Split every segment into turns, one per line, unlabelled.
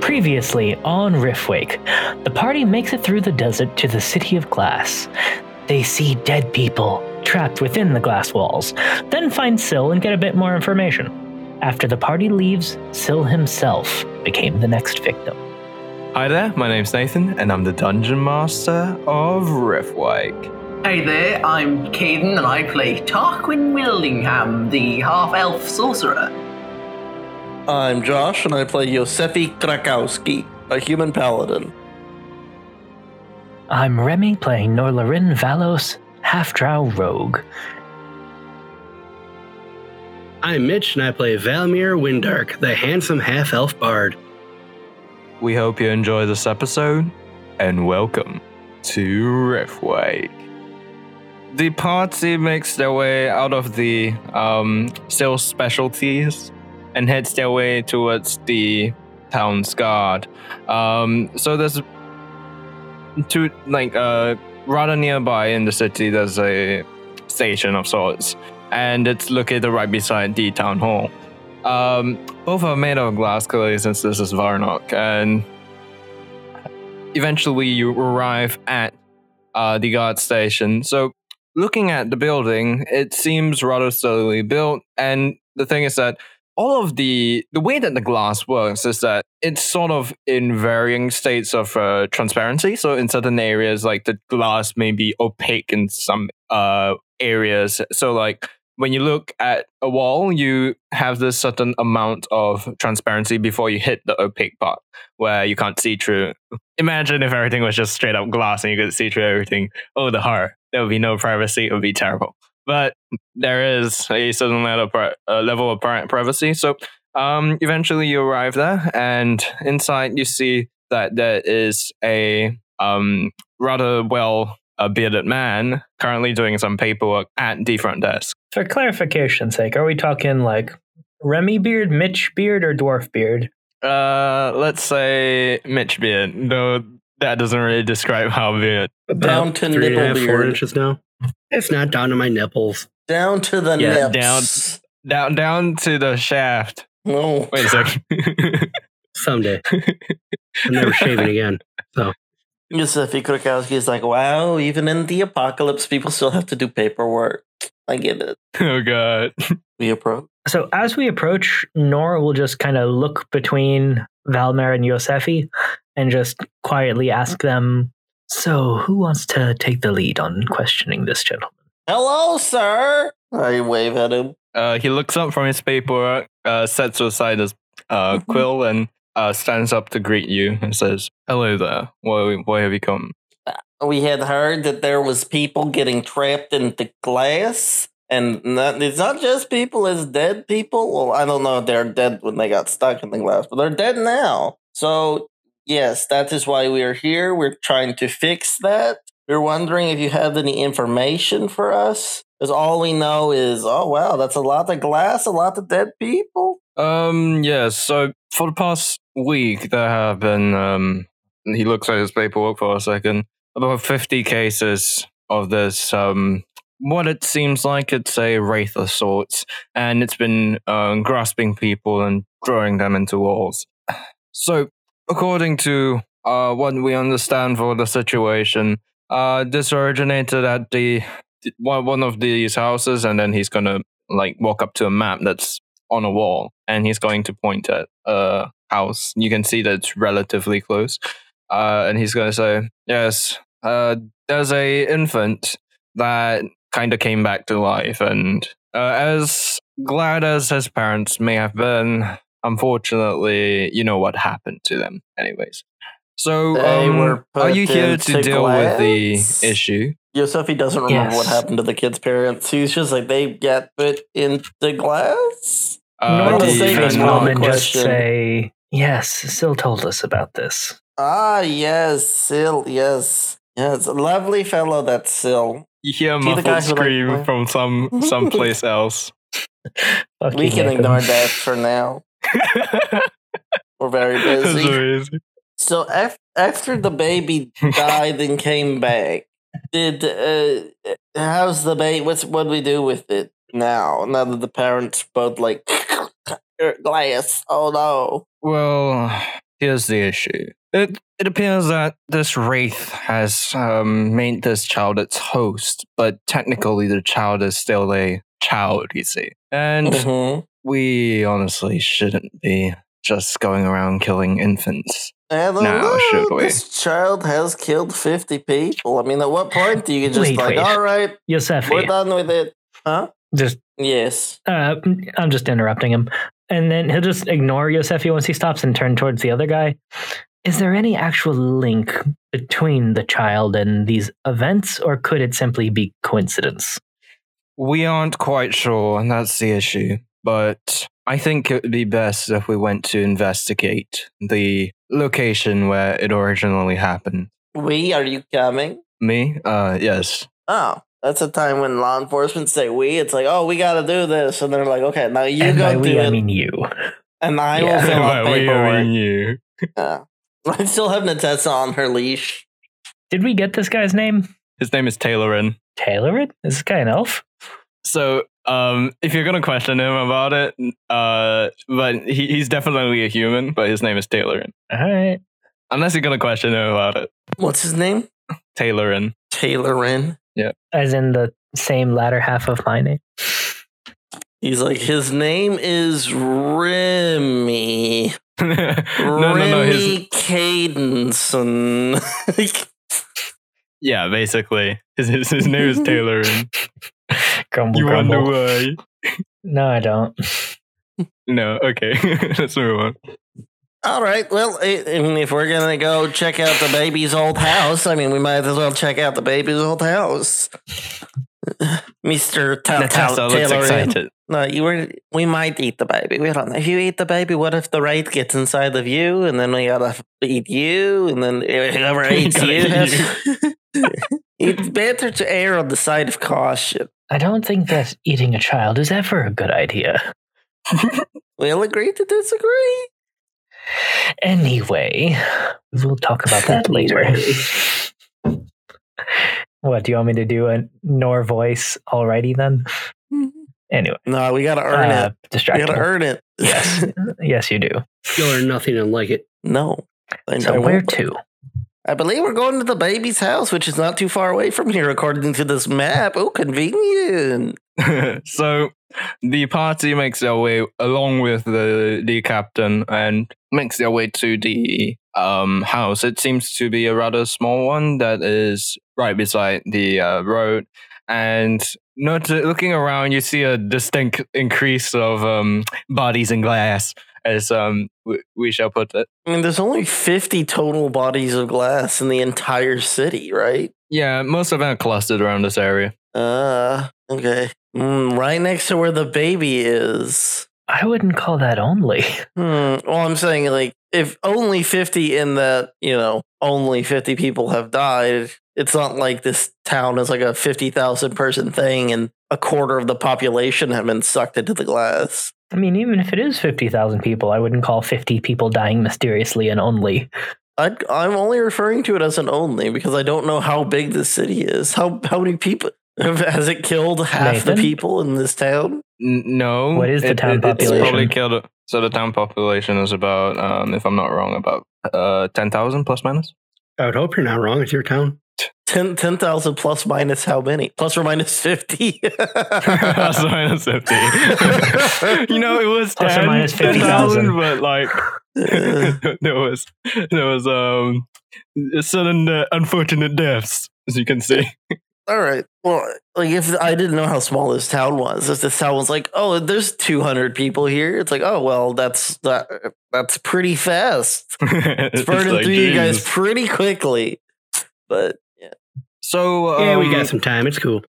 Previously on Riftwake, the party makes it through the desert to the city of glass. They see dead people trapped within the glass walls, then find Syl and get a bit more information. After the party leaves, Syl himself became the next victim.
Hi there, my name's Nathan, and I'm the Dungeon Master of Riftwake.
Hey there, I'm Caden and I play Tarquin Willingham, the half elf sorcerer.
I'm Josh, and I play Yosefi Krakowski, a human paladin.
I'm Remy playing Norlarin Valos, half drow rogue.
I'm Mitch, and I play Valmir Windark, the handsome half elf bard.
We hope you enjoy this episode, and welcome to Riftwake. The party makes their way out of the um, sales specialties and heads their way towards the town's guard. Um, so there's to like uh, rather nearby in the city. There's a station of sorts, and it's located right beside the town hall. Um, both are made of glass clearly, since this is Varnock, and eventually you arrive at uh, the guard station. So. Looking at the building, it seems rather slowly built, and the thing is that all of the the way that the glass works is that it's sort of in varying states of uh, transparency. So in certain areas, like the glass may be opaque in some uh, areas. So like when you look at a wall, you have this certain amount of transparency before you hit the opaque part where you can't see through. Imagine if everything was just straight up glass and you could see through everything. Oh, the horror! There would be no privacy. It would be terrible but there is a certain level of, pri- uh, level of pri- privacy. So um, eventually you arrive there, and inside you see that there is a um, rather well uh, bearded man currently doing some paperwork at the front desk.
For clarification's sake, are we talking like Remy beard, Mitch beard, or dwarf beard?
Uh, let's say Mitch Beard, though that doesn't really describe how beard.
Down to
three and a
nipple
half, four
beard.
inches now. It's not down to my nipples.
Down to the
Yeah,
nips.
Down, down to the shaft.
No.
Wait a second.
Someday. I'm never shaving again.
Yosefi Krakowski is like, wow, even in the apocalypse, people still have to do paperwork. I get it.
oh god.
We approach.
So as we approach, Nor will just kind of look between Valmer and Yosefi and just quietly ask them, So who wants to take the lead on questioning this gentleman?
Hello, sir. I wave at him.
Uh, he looks up from his paperwork, uh, sets aside his uh, quill, and uh, stands up to greet you and says, "Hello there. Why, why have you come?"
We had heard that there was people getting trapped in the glass. And not, it's not just people, it's dead people. Well, I don't know if they're dead when they got stuck in the glass, but they're dead now. So, yes, that is why we are here. We're trying to fix that. We're wondering if you have any information for us. Because all we know is, oh, wow, that's a lot of glass, a lot of dead people.
Um. Yes. so for the past week, there have been. Um, he looks at his paperwork for a second. About fifty cases of this. Um, what it seems like it's a wraith of sorts, and it's been um, grasping people and drawing them into walls. So, according to uh, what we understand for the situation, uh, this originated at the one one of these houses, and then he's gonna like walk up to a map that's on a wall and he's going to point at a house. You can see that it's relatively close. Uh, and he's going to say, Yes, uh, there's a infant that kind of came back to life. And uh, as glad as his parents may have been, unfortunately, you know what happened to them, anyways. So,
They
um,
were
are you
put
here to
into
deal with
glass?
the issue?
Yosefi doesn't remember what
Yes.
happened to the kid's parents. He's just like, they got put in the glass.
Uh,
Nor
Uh, the
will
same
this
as well.
woman just
Question.
say, Yes, Syl told us about this.
Ah, yes, Sil, yes. Yes, lovely fellow that Sil.
You hear a
See the
muffled
guys who like-
scream from some someplace else.
we
Fucking
can
Nathan.
ignore that for now. We're very
That's
busy.
amazing.
So af- after the baby died and came back, did uh, how's the baby? What's what do we do with it now? Now that the parents both like glass. Oh no!
Well, Here's the issue. It, it appears that this wraith has um, made this child its host, but technically the child is still a child, you see. And
Mhm.
we honestly shouldn't be just going around killing infants.
And
Now,
although
should we?
This child has killed 50 people. I mean, at what point do you just
Wait,
like,
wait.
all right, we're
Yosefi,
done with it? Huh?
just
Yes.
uh, I'm just interrupting him, and then he'll just ignore Yosefi once he stops and turn towards the other guy. Is there any actual link between the child and these events, or could it simply be coincidence?
We aren't quite sure, and that's the issue. But I think it would be best if we went to investigate the location where it originally happened.
We, are you coming?
Me? Uh, yes.
Oh, that's a time when law enforcement say we. It's like, oh, we got to do this. And they're like, okay, now you
and by
go do
we,
it.
I mean you.
and I
Yeah.
will fill out
But we are
paperwork.
you.
Yeah. I still have Natessa on her leash.
Did we get this guy's name?
His name is Taylorin.
Taylor? Is this guy an elf?
So, um, if you're gonna question him about it, uh, but he, he's definitely a human, but his name is Taylorin.
All right.
Unless you're gonna question him about it,
What's his name?
Taylorin.
Taylorin.
As in the same latter half of my name.
He's like, his name is Remy.
no, no,
Remy
no. His
Cadenson.
yeah, basically, his his, his name is Taylorin.
Grumble,
you
grumble.
wonder why?
No, I don't.
No, okay, let's move on.
All right. Well, I I mean, if we're gonna go check out the baby's old house, I mean, we might as well check out the baby's old house, Mister
Natasha looks
Taylor.
excited.
No, you were. We might eat the baby. We don't know. If you eat the baby, what if the right gets inside of you, and then we gotta f- eat you, and then e, whoever eats
Gotta
you.
eat
has- it's better to err on the side of caution.
I don't think that eating a child is ever a good idea.
We'll agree to disagree.
Anyway, we'll talk about that later. What do you want me to do a nor voice already then? Anyway,
No, we gotta earn
uh,
it. We
distracting.
gotta earn it.
Yes. yes, you do.
You'll learn nothing and like it.
no. I
So
know.
where to?
I believe we're going to the baby's house, which is not too far away from here, according to this map. Oh, convenient.
so the party makes their way along with the the captain and makes their way to the um house. It seems to be a rather small one that is right beside the uh, road, and not looking around, you see a distinct increase of um bodies in glass, as um we, we shall put it.
I mean, there's only 50 total bodies of glass in the entire city, right?
Yeah, most of them are clustered around this area.
Uh, okay. Mm, right next to where the baby is.
I wouldn't call that only.
Hmm. Well, I'm saying, like, if only 50 in that, you know, only 50 people have died, it's not like this town is like a 50,000 person thing and a quarter of the population have been sucked into the glass.
I mean, even if it is 50,000 people, I wouldn't call 50 people dying mysteriously and only.
i I'm only referring to it as an only because I don't know how big this city is. How how many people has it killed? Half
Nathan?
the people in this town.
N- no.
What is the town
It's
population?
probably killed. So the town population is about, um, if I'm not wrong, about uh, ten thousand plus minus.
I would hope you're not wrong. It's your town.
10 10,000 plus minus how many? Plus or minus fifty.
plus or minus fifty. you know, it was 10,
Plus or minus
10,000,
50,000.
but like there was there was um sudden uh, unfortunate deaths, as you can see.
All right. Well, like if I didn't know how small this town was, if this town was like, oh, there's 200 people here, it's like, oh, well, that's that, that's pretty fast.
it's
It's burning
like,
through you guys
Jesus.
pretty quickly. But
So um,
yeah, we got some time. It's cool.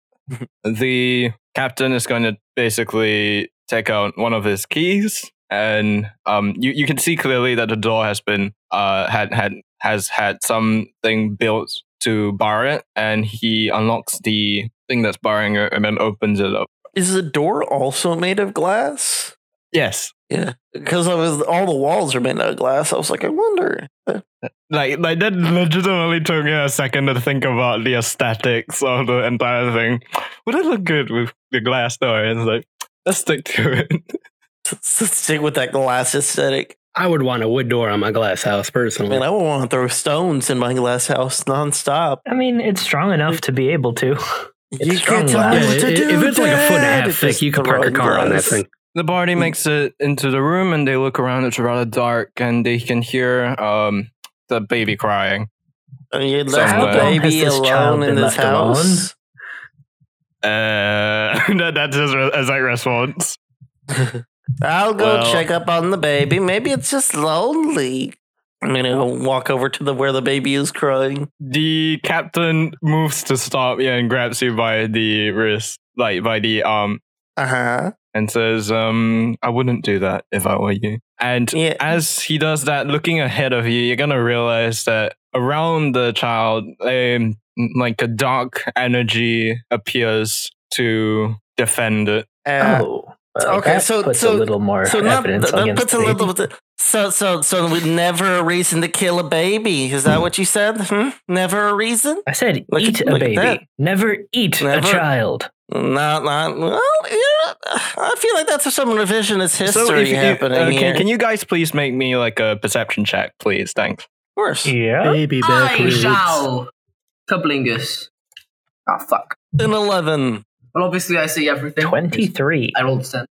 the captain is going to basically take out one of his keys and um you, you can see clearly that the door has been uh had had has had something built to bar it and he unlocks the thing that's barring it and then opens it up
is the door also made of glass?
yes
Yeah, because I was all the walls are made out of glass. I was like, I wonder.
like like that legitimately took me a second to think about the aesthetics of the entire thing would it look good with the glass door and it's like let's stick to it
Stick with that glass aesthetic.
I would want a wood door on my glass house
I
personally.
mean, I would want to throw stones in my glass house nonstop.
I mean, it's strong enough to be able to.
you
strong
can't tell
glass.
me
Yeah,
what
i-
to do.
if it's like a foot and a
Dad.
half
It's
thick,
just
you could park a
throwing
car on that
glass.
thing.
The party makes it into the room and they look around. It's rather dark and they can hear um, the baby crying.
And you
So
left
how
the
long
has
baby
this child
alone in
been
this
left alone?
house.
Uh, that, that's his re- exact response.
I'll go
Well-
check up on the baby. Maybe it's just lonely. I'm gonna walk over to the where the baby is crying.
The captain moves to stop you and grabs you by the wrist, like by the arm,
Uh huh.
and says, um, I wouldn't do that if I were you. And
Yeah.
as he does that, looking ahead of you, you're gonna realize that around the child, um, like a dark energy appears to defend it.
Uh,
oh, well,
okay,
that
so-
puts
so-
a little more
so not
evidence
that, that
against
puts a
the
little
baby.
bit. So so so we never a reason to kill a baby. Is that what you said? Hmm? Never a reason?
I said,
Look at-
eat a
look at that.
baby. Never eat
Never-
a child.
Not not. Well, yeah, I feel like that's some revisionist history
you-
happening
okay,
here.
can you guys please make me like a perception check, please? Thanks.
of course.
Yeah.
Baby
I
backwards.
shall. Kablingus. Ah, fuck.
An eleven.
Well, obviously, I see everything.
23.
I rolled 10.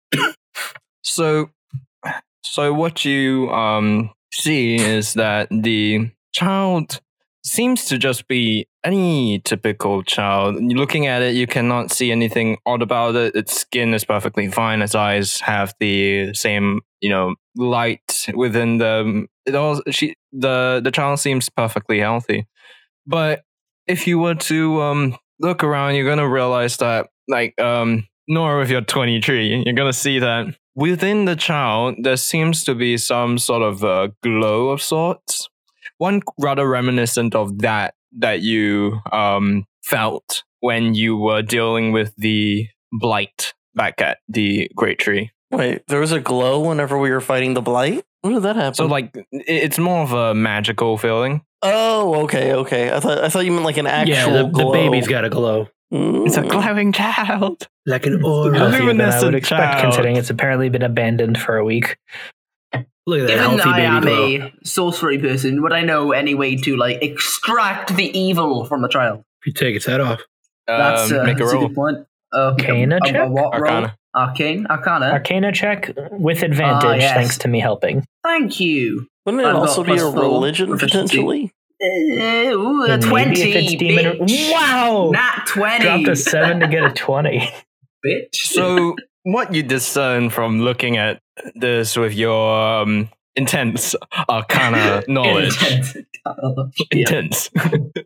So, so what you um see is that the child seems to just be any typical child. Looking at it, you cannot see anything odd about it. Its skin is perfectly fine. Its eyes have the same, you know, light within them. It all she the the child seems perfectly healthy. But if you were to um look around, you're gonna realize that like um nor if you're 23, you're gonna see that within the child there seems to be some sort of uh, glow of sorts. One rather reminiscent of that that you um felt when you were dealing with the blight back at the great tree.
Wait, there was a glow whenever we were fighting the blight. When did that happen?
So like it- it's more of a magical feeling.
Oh, okay, okay. I thought I thought you meant like an actual
Yeah, the, the
glow.
baby's got a glow.
Mm.
glowing child.
Like an aura.
Look
Healthier than I
Luminescent
would expect,
child.
considering it's apparently been abandoned for a week.
Look at that
Given
healthy
that I
baby
am
glow.
a sorcery person, would I know any way to, like, extract the evil from the child?
If you take its head off.
That's,
um,
uh,
make a
that's
roll.
good point. Okay.
Arcana
a,
check?
a what roll?
Arcana.
Arcane? Arcana?
Arcana check with advantage,
yes.
thanks to me helping.
Thank you.
Wouldn't it
I've got
also be
plus
a
four
religion
proficiency.
potentially?
Uh, ooh, a
And
20.
maybe if it's demon-
bitch.
Wow!
Nat 20.
Dropped a 7 to get a 20.
bitch.
So, what you discern from looking at this with your um, intense arcana knowledge,
Intense.
intense.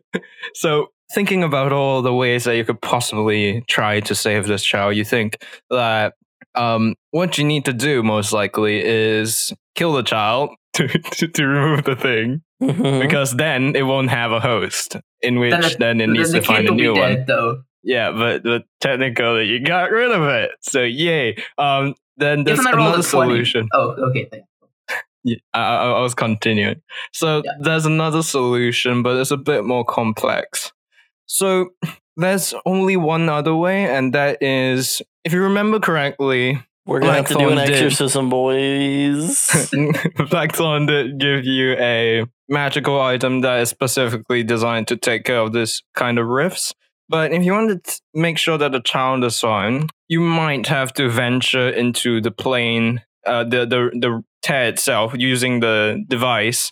so, thinking about all the ways that you could possibly try to save this child, you think that um, what you need to do most likely is kill the child to, to, to remove the thing,
Mhm.
because then it won't have a host. In which
Hmm?
then,
Then it-
it
Then
needs
the
to find
kid
a
will
new
be
one.
dead, though.
Yeah, but the technical that you got rid of it. So yay. Um, then there's
Given I rolled
another
a 20.
solution.
Oh, okay. Thank
Yeah, I, I, I was continuing. So
Yeah.
there's another solution, but it's a bit more complex. So there's only one other way, and that is, if you remember correctly,
We're gonna have to do an
Blackthorn did.
exorcism, boys.
Blackthorn did give you a magical item that is specifically designed to take care of this kind of rifts. But if you want to make sure that the child is fine, you might have to venture into the plane, uh, the, the, the tear itself, using the device,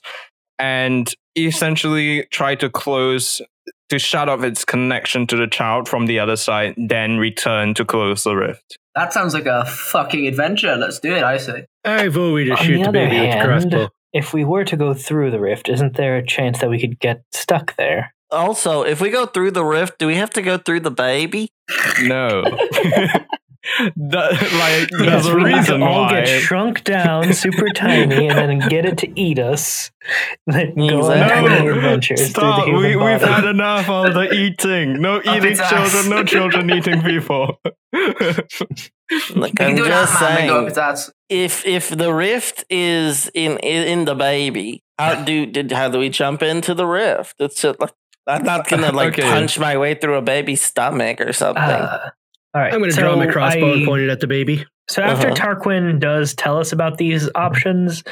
and essentially try to close, to shut off its connection to the child from the other side, then return to close the rift.
That sounds like a fucking adventure. Let's do it, I say.
I vote we just
On
shoot
the
the
other
baby with the
hand-
crossbow.
If we were to go through the rift, isn't there a chance that we could get stuck there?
also, if we go through the rift, do we have to go through the baby?
No. that, like,
Yes,
there's a
we need to
reason
all
why.
get shrunk down super tiny and then get it to eat us. Then go on
Exactly.
tiny adventures
Stop.
through the
We,
human
we've
body.
had enough of the eating. No eating
its ass.
children, no children eating people.
Like,
We can
I'm
do it
just
out, man.
saying,
Go up its ass.
if if the rift is in in, in the baby, how do did how do we jump into the rift? It's just like I'm not gonna like
Okay.
punch my way through a baby's stomach or something.
Uh, all right.
I'm going to
so
draw my crossbow
I-
and point it at the baby.
So after
Uh-huh.
Tarquin does tell us about these options,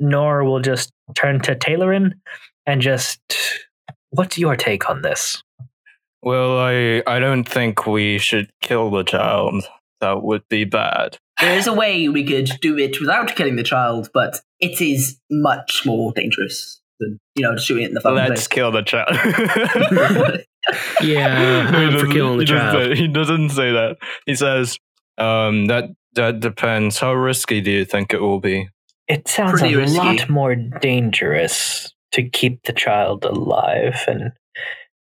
Nor will just turn to Taylorin and just, what's your take on this?
Well, I I don't think we should kill the child. That would be bad.
There is a way we could do it without killing the child, but it is much more dangerous than you know shooting it in the fucking
Let's kill the child.
face.
Yeah,
He
Uh, I'm for
doesn't-
killing the
he doesn't
child.
say- he doesn't say that. He says, um, that that depends. How risky do you think it will be?
It sounds
Pretty
a
risky.
lot more dangerous to keep the child alive, and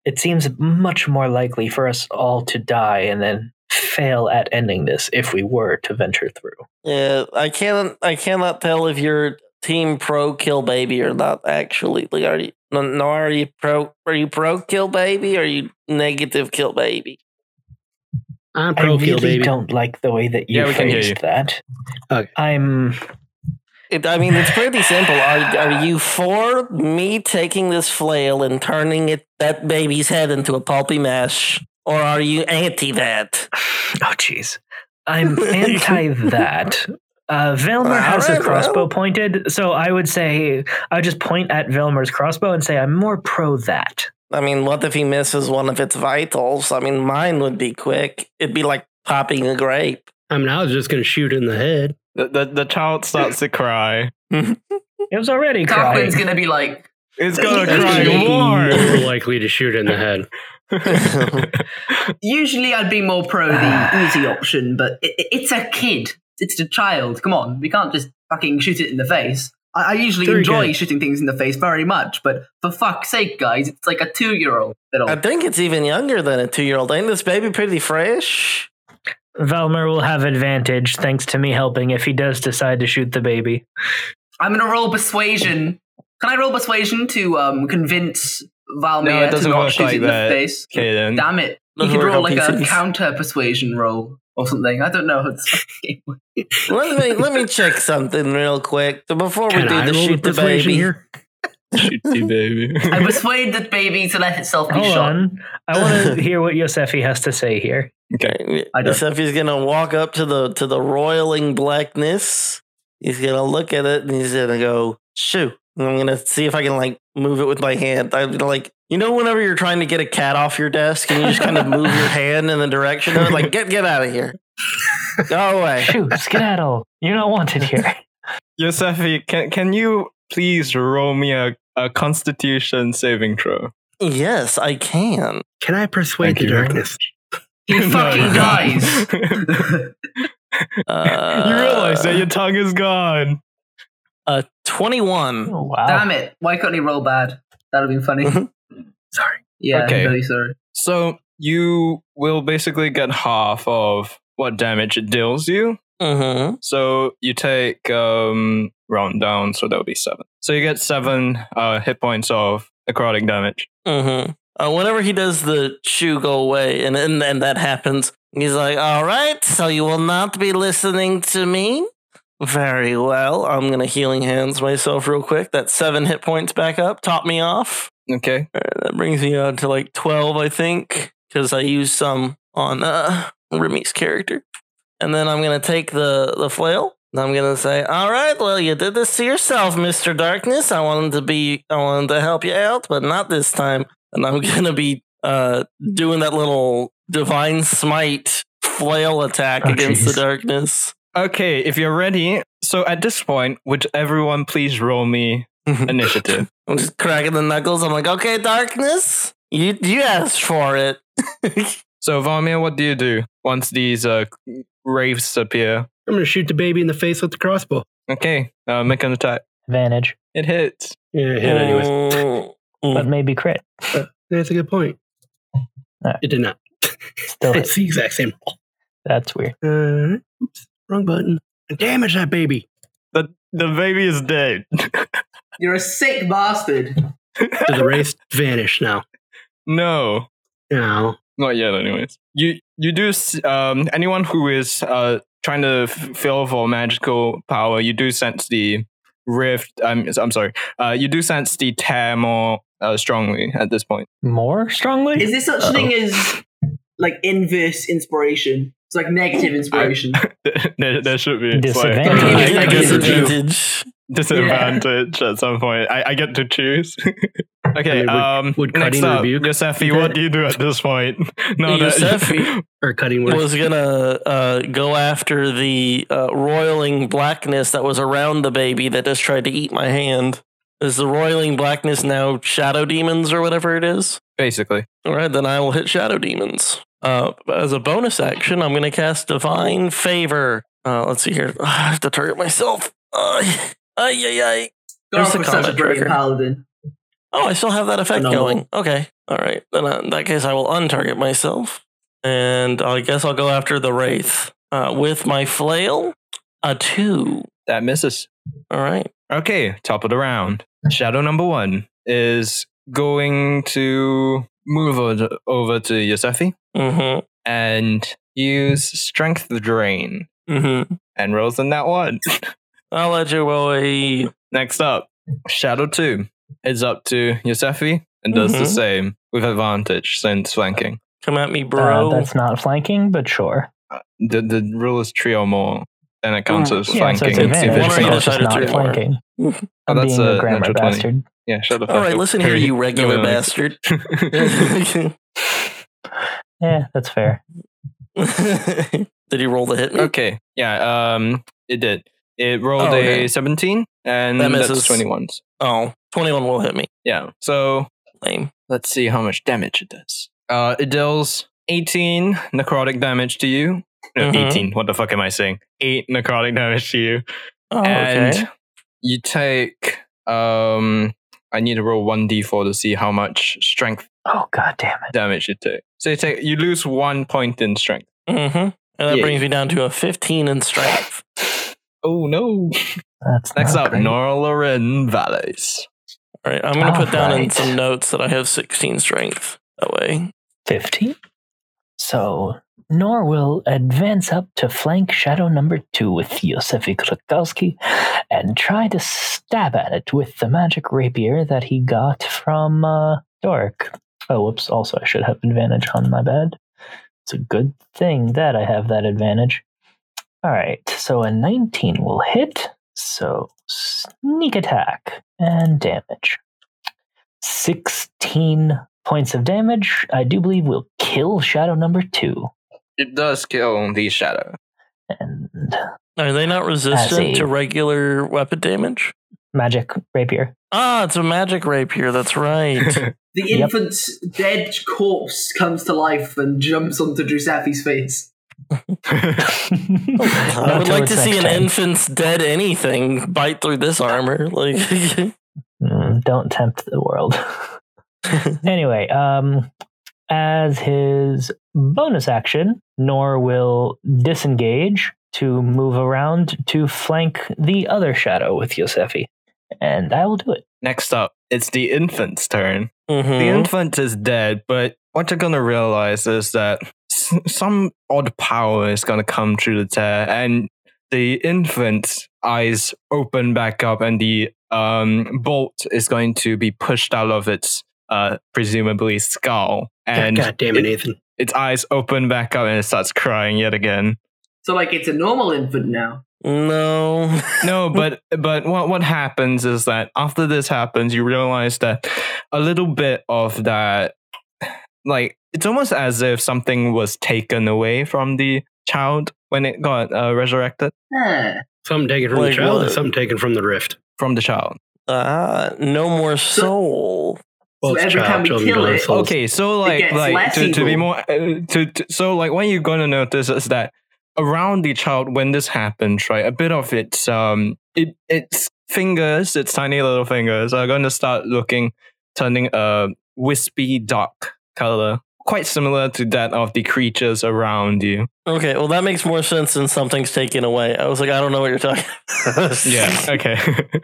it seems much more likely for us all to die and then fail at ending this if we were to venture through.
Yeah, I can't. I cannot tell if you're team pro kill baby or not. Actually, like, are you? No, no, are you pro? Are you pro kill baby? Or are you negative kill baby?
I'm
I
pro
really
kill, baby.
don't like the way that you
Yeah, we can hear
phrased
you.
that.
Okay.
I'm
It, I mean, it's pretty simple. Are, are you for me taking this flail and turning it that baby's head into a pulpy mash, or are you anti that?
oh jeez. I'm anti that. Uh, Velmer
All
has
right,
a crossbow
well.
pointed, so I would say I would just point at Velmer's crossbow and say I'm more pro that.
I mean, what if he misses one of its vitals? I mean, mine would be quick. It'd be like popping a grape.
I mean, I was just gonna shoot in the head.
The the, the child starts to cry.
It was already crying.
Tarquin's gonna be like,
It's gonna
That's
Cry
gonna
cry
make
more.
me more likely to shoot in the head.
usually I'd be more pro the easy option, but i i- it's a kid. It's a child. Come on, we can't just fucking shoot it in the face. I, I usually
Very
enjoy
good.
shooting things in the face very much, but for fuck's sake, guys, it's like a two-year-old. Little.
I think it's even younger than a two year old. Ain't this baby pretty fresh?
Velmer will have advantage thanks to me helping if he does decide to shoot the baby.
I'm gonna roll persuasion. Can I roll persuasion to um, convince Valmir
No, it
to
doesn't
not
work
shoot
like
it in
that.
the face?
Kaden.
Damn it! You
Doesn't
could
work
roll
on
like a
PCs.
counter persuasion roll or something. I don't know. how this fucking works.
Let me let me check something real quick before we
Can
do
I
the
roll
shoot
with
the
persuasion
baby.
here?
Shooty baby.
I persuade the baby to let itself be
Hold
shot.
on. I want to hear what Yosefi has to say here.
I don't.
Except he's gonna walk up to the to the roiling blackness. He's gonna look at it and he's gonna go shoo. And I'm gonna see if I can like move it with my hand. I'm gonna like you know whenever you're trying to get a cat off your desk and you just kind of move your hand in the direction of it, like get get out of here, go away.
Shoot, skedaddle. You're not wanted here.
Yosefi, can can you please roll me a, a Constitution saving throw?
Yes, I can.
Can I
Thank
persuade the
you.
darkness?
He fucking dies.
you
Uh,
realize that your tongue is gone.
a twenty-one.
Oh, wow.
Damn it! Why couldn't he roll bad? That'd have been funny.
Sorry.
Yeah,
Okay.
I'm really sorry.
So you will basically get half of what damage it deals you.
Mm-hmm.
So you take um round down, so that would be seven. So you get seven uh hit points of necrotic damage.
Mm-hmm. Uh, whenever he does the shoe go away, and, and and that happens, he's like, "All right, so you will not be listening to me." Very well. I'm gonna healing hands myself real quick. That's seven hit points back up. Top me off.
Okay.
All right, that brings me down to like twelve, I think, because I used some on uh, Remy's character. And then I'm gonna take the the flail. And I'm gonna say, "All right, well, you did this to yourself, Mister Darkness. I wanted to be, I wanted to help you out, but not this time." And I'm gonna be uh, doing that little divine smite flail attack
Oh,
against
jeez.
the darkness.
Okay, if you're ready, so at this point, would everyone please roll me initiative?
I'm just cracking the knuckles. I'm like, "Okay, darkness, you you asked for it."
so Vamir, what do you do once these uh wraiths appear?
I'm gonna shoot the baby in the face with the crossbow.
Okay, uh, make an attack.
Advantage,
It hits.
Yeah, hit
Oh.
anyways.
Mm.
but maybe crit.
That's a good point.
Alright.
It did not.
Still,
It's the exact same.
that's weird.
Uh, oops, wrong button. Damage that baby.
The the baby is dead.
You're a sick bastard.
So the race vanish now.
no,
Now,
not yet. Anyways, you you do s- um anyone who is uh trying to f- feel for magical power, you do sense the rift. I'm I'm sorry. Uh, you do sense the tear more uh, strongly at this point.
More strongly?
Is there such a thing as like inverse inspiration? It's like negative inspiration.
there, there should be It's like-
Disadvantage.
I
I
guess
guess
it
it's
did.
disadvantage at some point. I, I get to choose. okay.
I mean, would-
um,
would
next
cutting
up,
rebuke
Yosefi, what do you do at this point? No,
Yosefi
or cutting words.
was gonna uh, go after the uh, roiling blackness that was around the baby that just tried to eat my hand. Is the roiling blackness now shadow demons or whatever it is?
basically.
All right, then I will hit Shadow Demons. Uh, as a bonus action, I'm going to cast Divine Favor. Uh, let's see here. I have to target myself. Uh, ay, ay, ay. There's
Garth
the
was such a
combat
brilliant
trigger.
paladin.
Oh, I still have that effect
Phenomenal.
going. Okay. All right. Then uh, in that case, I will untarget myself. And I guess I'll go after the Wraith uh, with my flail. A two.
That misses.
All right.
Okay, top of the round. Shadow number one is going to move o- over to Yosefi
Mm
and use Strength Drain
hmm. Mm hmm.
and rolls in that one.
I'll let you away.
Next up, Shadow two is up to Yosefi and does the
Mhm.
same with advantage since flanking.
Come at me,
Uh,
bro.
that's not flanking, but sure.
The the rule is three or more, and it counts
Mm.
as
Yeah, so
flanking.
it's
It's
advantage.
one or
so
either
it's just
side of
not
three or more.
flanking.
Oh,
I'm
that's
being a,
a
grammar
natural 20.
bastard.
yeah, shut up.
All right, listen here, you regular
No, no, it's-
bastard.
Yeah, that's fair.
Did he roll the hit? me?
okay, yeah, um, it did. It rolled
Oh, okay.
a seventeen, and
That
that's
misses.
twenty ones.
Oh, 21 will hit me.
Yeah. So
Lame.
let's see how much damage it does. Uh, it deals 18 necrotic damage to you. No,
Mhm.
18. What the fuck am I saying? 8 necrotic damage to you.
Oh,
and you take. um. I need to roll 1d4 to see how much strength
Oh god damn it.
damage you take. So you take you lose one point in strength.
hmm And that
Yeah.
brings me down to a 15 in strength.
Oh no.
That's
Next
not
up,
great.
Nora Loren Valles.
All right, I'm going to put down in
Alright.
some notes that I have 16 strength. That way.
15. So, Nor will advance up to flank shadow number two with Yosefi Krakowski and try to stab at it with the magic rapier that he got from uh, Dork. Oh, whoops. Also, I should have advantage on my bad. It's a good thing that I have that advantage. All right, so a 19 will hit. So, sneak attack and damage. 16 points of damage, I do believe will kill shadow number two.
It does kill the shadow.
And
Are they not
see.
resistant to regular weapon damage?
magic rapier.
Ah, it's a magic rapier. That's right.
The
Yep.
infant's dead corpse comes to life and jumps onto Drusafi's face.
I would
Not
like
towards
to see an
next time.
infant's dead anything bite through this armor. Like,
Mm, don't tempt the world. anyway, um, as his bonus action, Nor will disengage to move around to flank the other shadow with Yosefi. And I will do it.
Next up, it's the infant's turn. The
Mhm.
infant is dead, but what you're gonna realize is that s- some odd power is gonna come through the tear, and the infant's eyes open back up, and the um, bolt is going to be pushed out of its uh, presumably skull, and
God damn it,
it-
Nathan.
its eyes open back up, and it starts crying yet again.
So, like, it's a normal infant now.
no.
no, but but what what happens is that after this happens, you realize that a little bit of that, like it's almost as if something was taken away from the child when it got uh, resurrected
Ah.
Something taken from
Like
the child
what?
or something taken from the rift.
from the child.
Ah, no more soul.
Well,
So
it's
every
child,
time we
children
kill
don't
it-
have souls.
Okay, so like
gets
like
less
to, to be
evil.
more uh, to, to so like what you're gonna notice is that around the child when this happens, right, a bit of its um it its fingers, its tiny little fingers are gonna start looking turning a wispy dark color, quite similar to that of the creatures around you.
Okay, well that makes more sense than something's taken away. I was like, I don't know what you're talking. about.
okay.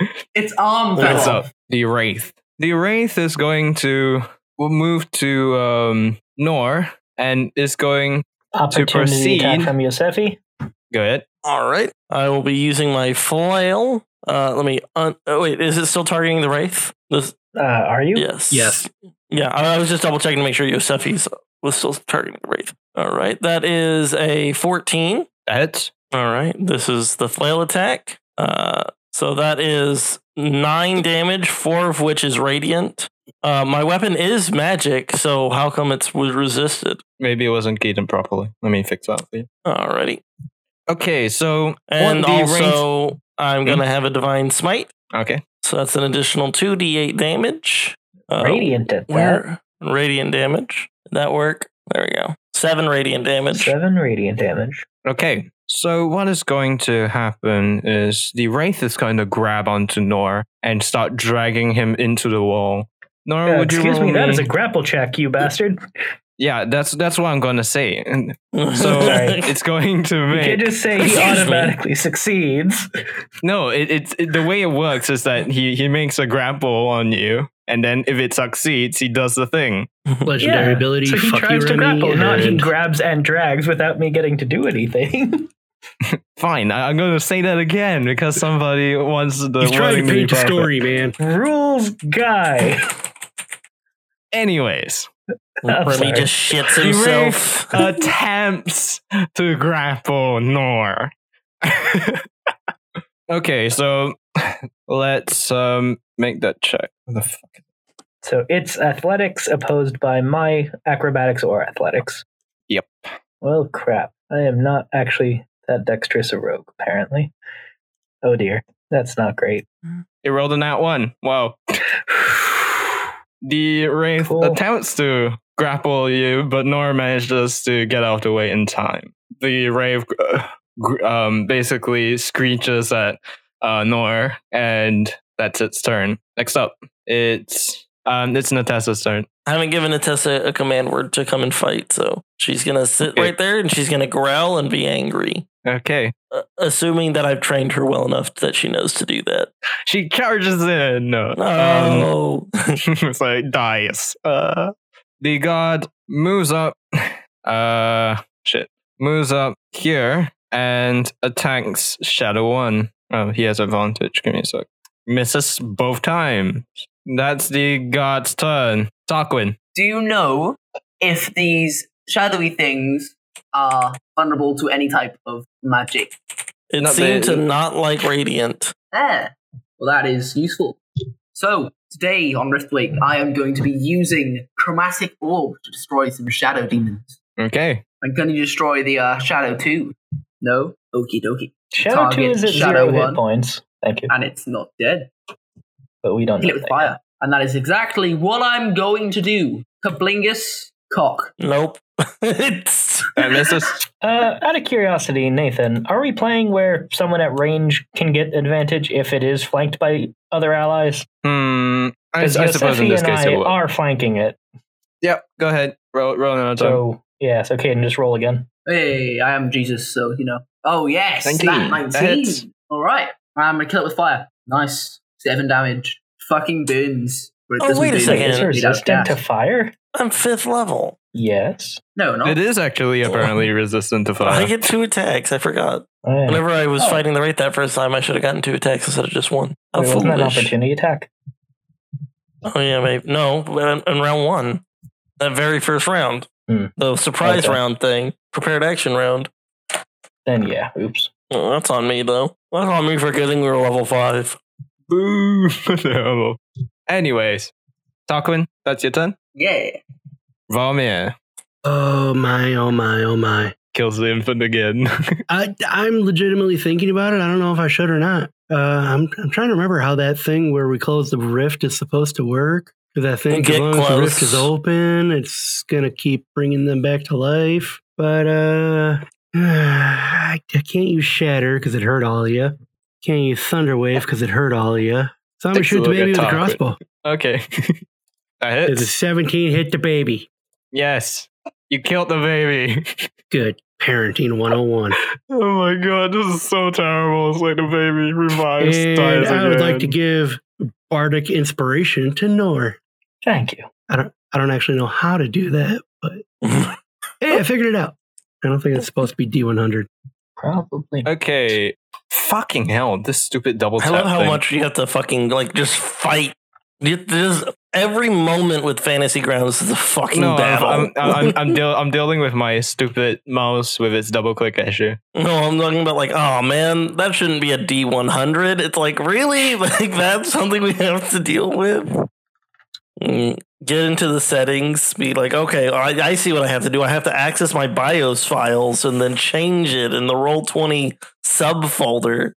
Its arm fell
Next
off.
up, the wraith. The wraith is going to will move to um Nor and is going
Opportunity attack
proceed-
from Yosefi.
go ahead.
All right. I will be using my flail. Uh, let me. Un- oh, wait, is it still targeting the wraith? This-
Uh, are you?
yes.
Yes.
Yeah. I, I was just double checking to make sure Yosefi's was still targeting the wraith. All right. That is a fourteen.
That hits.
All right. This is the flail attack. Uh, So that is nine damage, four of which is radiant. Uh, my weapon is magic, so how come it's resisted?
Maybe it wasn't keyed properly. Let me fix that for you.
Alrighty.
Okay, so on
And
the
also, I'm
Hmm?
going to have a divine smite.
range- okay,
So that's an additional 2d8 damage. Uh,
Radiant at that.
Where? Radiant damage. Did that work? There we go. Seven radiant damage.
Seven radiant damage.
okay. So what is going to happen is the wraith is going to grab onto Nor and start dragging him into the wall. Nor,
Uh,
would you
excuse
roll
me, that is a
me-
grapple check, you bastard.
yeah, that's that's what I'm going to say. And So it's going to
You
make
can't just say he
Excuse me.
automatically succeeds.
No, it, it's it, the way it works is that he he makes a grapple on you, and then if it succeeds, he does the thing.
Legendary
Yeah,
ability.
So he
fuck
tries
you,
to
Remy,
grapple, not he
and-
grabs and drags without me getting to do anything.
Fine, I, I'm going to say that again because somebody wants the
He's trying
wording
to
be
paint a
perfect.
story, man.
Rules guy.
Anyways,
I'm
Remy
sorry.
just shits
The
himself.
attempts to grapple Nor. okay, so let's um make that check. What the fuck?
So it's athletics opposed by my acrobatics or athletics.
Yep.
Well, crap. I am not actually that dexterous a rogue, apparently. Oh dear. That's not great.
It rolled a nat one. Wow. the wraith
Cool.
attempts to grapple you, but Nora manages to get out of the way in time. The wraith uh, gr- um, basically screeches at uh, Nora, and that's its turn. Next up, it's um, it's Natessa's turn.
I haven't given Atessa a command word to come and fight, so she's gonna sit
Okay.
right there and she's gonna growl and be angry,
Okay,
uh, assuming that I've trained her well enough that she knows to do that.
she charges in. Um,
No,
it's like dies. Uh, the god moves up. Uh, shit. Moves up here and attacks Shadow One. Oh, he has advantage. Give me a sec. Misses both times. That's the god's turn. Tarquin.
Do you know if these shadowy things are vulnerable to any type of magic?
it
Not
seemed
bad.
to not like radiant.
There. Well, that is useful. So, today on Riftwake, I am going to be using Chromatic Orb to destroy some shadow demons.
Okay.
I'm going to destroy the uh, Shadow 2. No? Okie dokie.
Shadow two
Target
is at
Shadow
zero
one.
hit points. Thank you.
And it's not dead.
But we don't
Kill
know
it with
that yet.
fire. And that is exactly what I'm going to do. Kablingus cock.
Nope. it's
That misses.
Uh, out of curiosity, Nathan, are we playing where someone at range can get advantage if it is flanked by other allies?
Hmm. I, I
'Cause
suppose in
Yosefi
this
and
case
I
it will.
are flanking it.
Yep. Go ahead. Roll, roll another time.
So yeah, so Caden, just roll again.
Hey, I am Jesus, so you know. Oh yes, that
19.
nineteen.
That hits.
All right, I'm gonna kill it with fire. Nice, seven damage. Fucking burns. But it
Oh,
doesn't
wait a
burn.
second.
Is
It's
It
it
does
resistant to
gas.
fire?
I'm fifth level.
Yes.
No, not.
It is actually apparently resistant to
I
fire.
get two attacks. I forgot.
Oh, yeah.
Whenever I was
Oh.
fighting the wraith that first time, I should have gotten two attacks instead of just one. How
Wait, wasn't that an
foolish.
opportunity attack?
Oh yeah, maybe no. In, in round one, that very first round,
Hmm.
the surprise
Okay.
round thing, prepared action round.
Then yeah, oops.
Oh, that's on me though. That's on me for getting we were level five.
Boo. No. Anyways, Tarquin, that's your turn.
Yeah.
Valmir.
Oh my! Oh my! Oh my!
kills the infant again.
I, I'm legitimately thinking about it. I don't know if I should or not. Uh, I'm, I'm trying to remember how that thing where we close the rift is supposed to work. 'Cause I think as
Get
long as the rift
close.
is open, it's gonna keep bringing them back to life. But uh, I, I can't use shatter because it hurt all of you. Can't use thunderwave because it hurt all of you. So I'm gonna
Takes a
shoot the
little
baby
bit
with a
of time, but-
crossbow.
okay. that
Does a
hits.
17 hit the baby?
Yes. You killed the baby.
Good parenting 101.
oh my god, this is so terrible. It's like the baby revives,
And I would like to give bardic inspiration to Nor.
Thank you.
I don't actually know how to do that, but hey, I figured it out. I don't think it's supposed to be D100.
Probably.
Okay. Fucking hell, this stupid double
I
tap.
love how
thing.
much you have to fucking like just fight. You have to just every moment with Fantasy Grounds is a fucking
No, I'm,
battle.
I'm, I'm, I'm, deal- I'm dealing with my stupid mouse with its double click issue.
no, I'm talking about like, oh man, that shouldn't be a D100. It's like, really? Like, that's something we have to deal with? Mm, Get into the settings, be like, okay, I, I see what I have to do. I have to access my BIOS files and then change it in the Roll20 subfolder.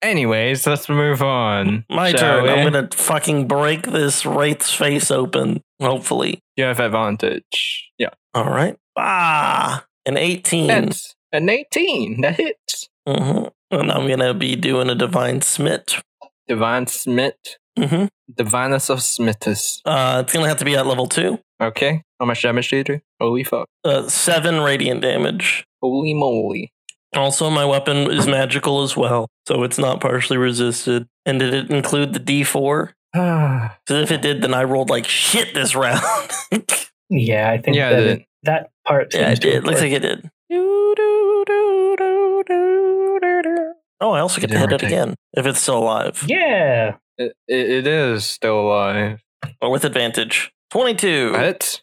Anyways, let's move on.
My
shall
turn.
we?
I'm going to fucking break this Wraith's face open, hopefully.
You have advantage. Yeah.
All right. Ah, an 18.
That's an 18. That hits.
hmm And I'm going to be doing a Divine Smit.
Divine Smith.
hmm
Divinus of Smithers.
Uh, it's going to have to be at level two.
Okay. How much damage do you do? Holy fuck.
Uh, seven radiant damage.
Holy moly.
Also, my weapon is magical as well, so it's not partially resisted. And did it include the D4?
yeah,
Because if it did, then I rolled like shit this round.
Yeah, I think
I
that,
did.
that part.
yeah,
seems
it
to
did.
work.
Looks like it did. Oh, I also get to
Did
hit it
everything.
again if it's still alive
yeah.
It, it, it is still alive.
or with advantage. 22.
Hits.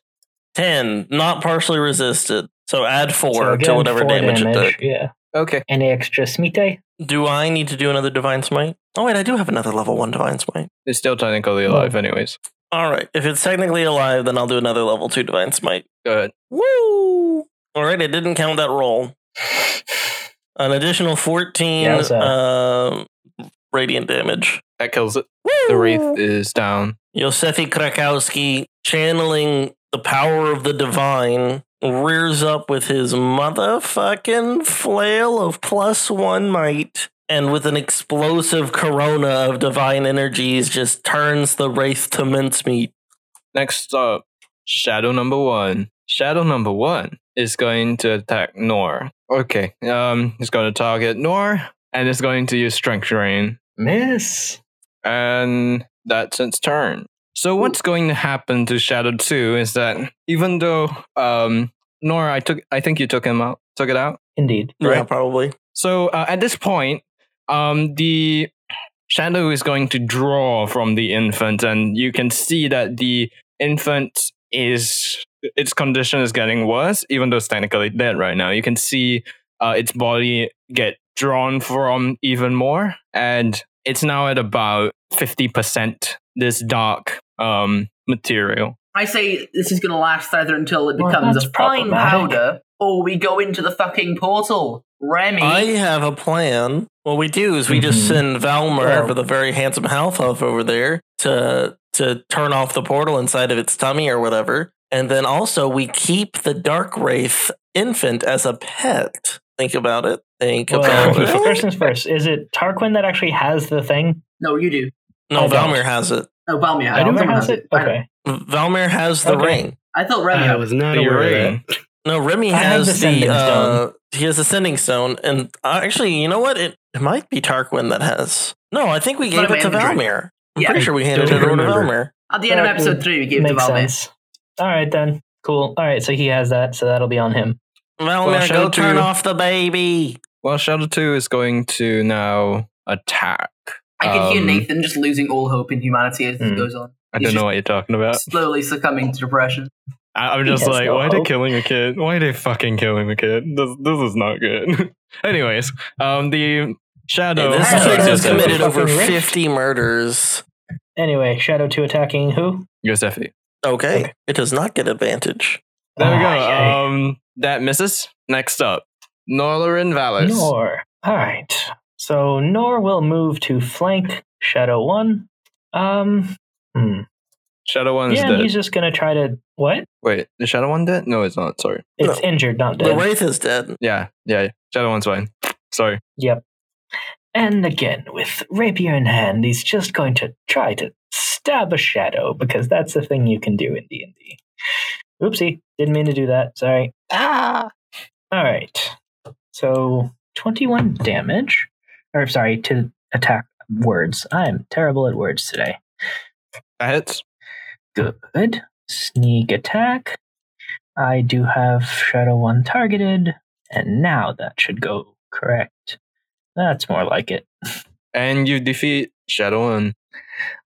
10 not partially resisted so add 4
So
to
again,
whatever
four
damage, it
Yeah.
Okay.
Any extra smite?
did do i need to do another divine smite oh wait i do have another level 1 divine smite
It's still technically alive, anyways.
all right if it's technically alive then i'll do another level 2 divine smite
Good.
woo all right it didn't count that roll an additional 14
Yeah, so-
uh, radiant damage
That kills it. The wreath is down.
Yosefi E. Krakowski, channeling the power of the divine, rears up with his motherfucking flail of plus one might, and with an explosive corona of divine energies, just turns the wraith to mincemeat.
Next up, Shadow number one. Shadow number one is going to attack Nor. Okay, um, it's going to target Nor, and it's going to use Strength Drain,
Miss.
and that's its turn. So what's going to happen to Shadow two is that even though um, Nor, I took, I think you took him out, took it out.
Indeed.
Yeah, probably.
So uh, at this point, um, the shadow is going to draw from the infant, and you can see that the infant is its condition is getting worse, even though it's technically dead right now. You can see uh, its body get drawn from even more, and it's now at about fifty percent this dark um, material.
I say this is going to last either until it
Well,
becomes
that's
a fine
problematic.
powder, or we go into the fucking portal. Remy,
I have a plan. What we do is we just
Mhm.
send Valmer,
Well-
with a very handsome half elf over there, to to turn off the portal inside of its tummy or whatever, and then also we keep the dark wraith infant as a pet. Think about it. Think
Well,
about
Okay.
it.
first things first. Is it Tarquin that actually has the thing?
no, you do.
No,
I don't.
Valmer has it.
No, Balmir. I don't
Valmer
think
has it.
I-
Okay.
Valmer has the
Okay.
ring.
I thought Remy
I
had
was not
The
aware of
eh?
that.
ring.
No, Remy
I have
has
the
the,
sending
uh, he has the sending stone, and uh, actually, you know what? It, it might be Tarquin that has. No, I think we
It's not
gave it to
a mandatory.
Valmer. I'm
Yeah.
pretty sure we handed it
don't
over to
remember.
Valmer.
At the end of
That
episode
would
three, we gave it to
Makes
Valmir.
sense. All right then. Cool. All right, so he has that, so that'll be on him.
Valmer,
Well,
go
shall
turn
do.
off the baby.
Well, Shadow Two is going to now attack.
I can hear
Um,
Nathan just losing all hope in humanity as this
Hmm.
goes on,
I
He's
don't know
just-
what you're talking about.
slowly succumbing to depression.
I, I'm
He
just
has
like,
no
why are they
hope.
killing a kid? Why are they fucking killing a kid? This this is not good. Anyways, um, the shadow.
Hey, this
Wow.
kid has
That's gonna be
committed over
fucking rich.
50 murders.
Anyway, Shadow 2 attacking who?
Yosefi.
Okay. It does not get advantage.
There we go.
Ah, yay.
Um, that misses. Next up, Norlarin Valis.
Nor. All right. So Nor will move to flank Shadow 1. Um hmm.
Shadow one is
Yeah,
dead.
he's just going to try to what?
Wait, the shadow one dead? No, it's not. Sorry.
It's injured, not
The
dead.
Wraith is dead.
Yeah, yeah. yeah. Shadow one's fine. Sorry.
Yep. And again, with rapier in hand, he's just going to try to stab a shadow because that's the thing you can do in D and D. Oopsie, didn't mean to do that. Sorry. Ah. All right. So twenty-one damage, or sorry, to attack words. I'm terrible at words today.
That hits.
Good. Sneak attack. I do have Shadow 1 targeted, and now that should go correct. That's more like it.
And you defeat Shadow one.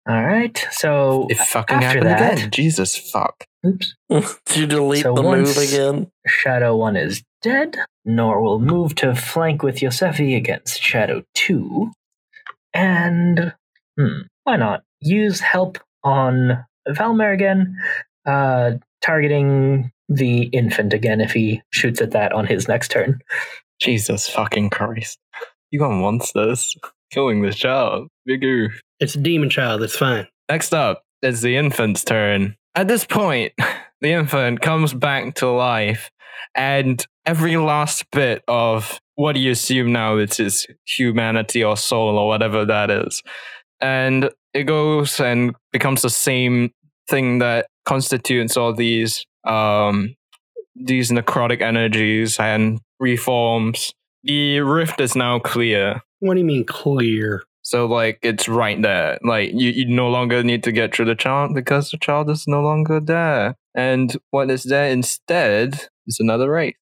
All right. So
It fucking
After
happened
that-
again. Jesus fuck.
oops,
Did you delete
So
the
once-
move again?
Shadow 1 is dead. Nor will move to flank with Yosefi against Shadow 2. And hmm, why not use help on Valmer again, uh, targeting the infant again if he shoots at that on his next turn.
Jesus fucking Christ. You gonna want this? Killing this child. Big oof.
It's a demon child. It's fine.
Next up is the infant's turn. At this point, the infant comes back to life, and every last bit of what do you assume now it's its humanity or soul or whatever that is. And it goes and becomes the same thing that constitutes all these um these necrotic energies and reforms. The rift is now clear.
What do you mean clear?
So like it's right there. Like you, you no longer need to get through the child because the child is no longer there. And what is there instead is another wraith.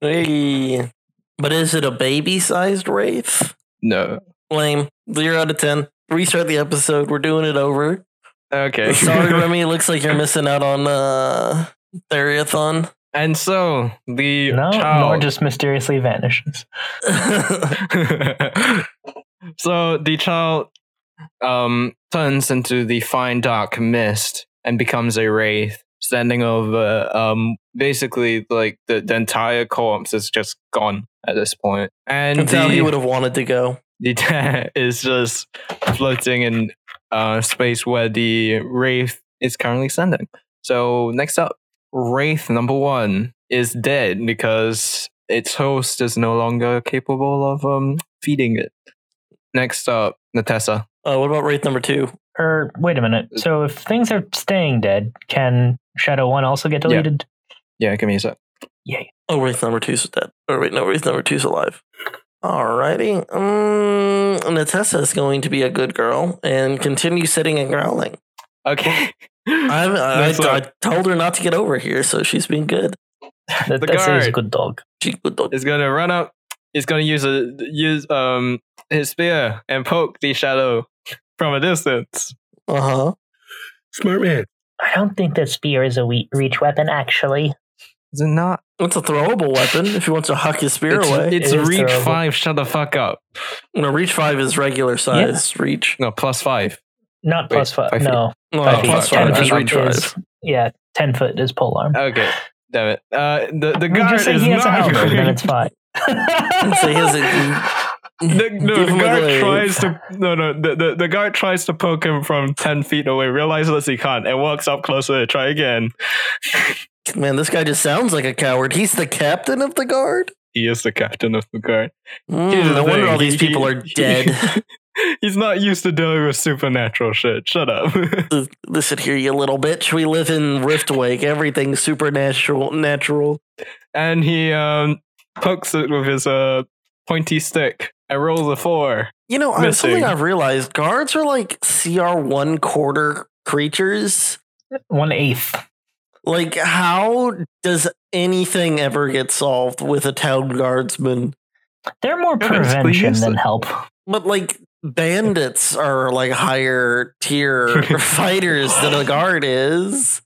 Hey. But is it a baby-sized wraith?
No.
Lame. Zero out of ten. Restart the episode. We're doing it over.
Okay.
Sorry, Remy. Looks like you're missing out on uh, Theriathon.
and so the
No, Nor
child
just mysteriously vanishes.
so the child um, turns into the fine dark mist and becomes a wraith, standing over um, basically like the, the entire corpse is just gone at this point. And
That's how he
the-
would have wanted to go.
the dad is just floating in uh, space where the wraith is currently standing. So next up, wraith number one is dead because its host is no longer capable of um, feeding it. Next up, Natessa.
Uh, what about wraith number two?
Or Er, wait a minute. So if things are staying dead, can Shadow 1 also get deleted?
Yeah, give me a sec.
Oh, wraith number two's dead. Oh, wait, no, wraith number two's alive. Alrighty. Um, Natessa is going to be a good girl and continue sitting and growling.
Okay.
I, I,
Nice
I, I
work.
told her not to get over here, so she's been good.
That,
The
that says
guard.
good dog.
She good dog.
is gonna run up. He's gonna use a use um his spear and poke the shadow from a distance.
Uh huh.
Smart man.
I don't think that spear is a we- reach weapon, actually.
Is it not?
It's a throwable weapon if he wants to huck his spear
it's,
away.
It's
It is
reach
terrible.
five. Shut the fuck up.
no, reach five is regular size reach.
No, plus five.
Not
Wait,
plus five.
five feet. Oh,
no.
No,
Five
feet.
plus
Ten
five is
feet
reach
is-
five.
Yeah, 10 foot is pole arm.
Okay, damn it. Uh, the Uh,
We
the guard
just say
is
he has a
not.
halberd, then
going-
it's fine.
So he has a-
The, no,
Give
the
him a
guard
glaive.
tries to no no the, the, the guard tries to poke him from ten feet away, realizes he can't, and walks up closer to try again.
Man, this guy just sounds like a coward. He's the captain of the guard.
He is the captain of the guard. Here's the
Mm, no
thing,
wonder all these
he-
people
he-
are dead.
He's not used to dealing with supernatural shit. Shut up.
L- Listen here, you little bitch. We live in Riftwake. Everything's supernatural. Natural.
and he um pokes it with his uh pointy stick and rolls a four.
You know, I, something
Missing.
I've realized: guards are like CR one quarter creatures.
One eighth.
Like, how does anything ever get solved with a town guardsman?
They're more
Yeah, it's
prevention
pleasing.
than help.
But like, bandits are like higher tier fighters than a guard is.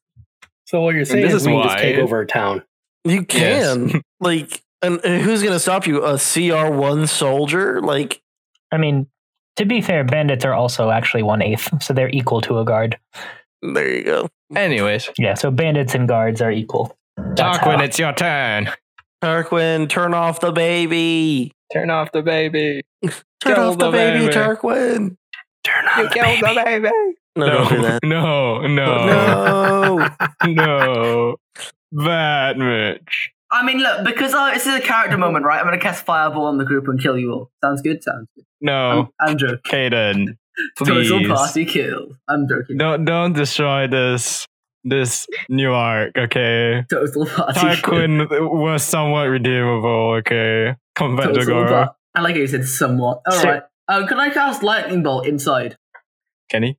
So what you're saying
this
is,
is
we can just
why-
take over a town.
You
Yes.
can like, and and who's gonna stop you? A CR one soldier? Like,
I mean, to be fair, bandits are also actually one eighth, so they're equal to a guard.
there you go.
Anyways,
Yeah, so bandits and guards are equal. That's
Tarquin,
how-
it's your turn.
Tarquin, turn off the baby.
Turn off the baby.
Turn
Kill
off the
the
baby,
baby.
Tarquin.
Turn on the baby.
the baby.
No,
No, Oh.
don't do that.
no, no,
No.
no. That much.
I mean, look, because uh, this is a character moment, right? I'm going to cast Fireball on the group and kill you all. Sounds good? Sounds good.
No,
I'm, I'm joking.
Caden,
Total
Oh, please.
party kill. I'm joking.
Don't don't destroy this this new arc, okay?
Total party kill.
Tarquin was somewhat redeemable, okay? Compared to
Total
Goro.
par- I like how you said somewhat. All
So-
right. Um, can I cast Lightning Bolt inside?
Can he?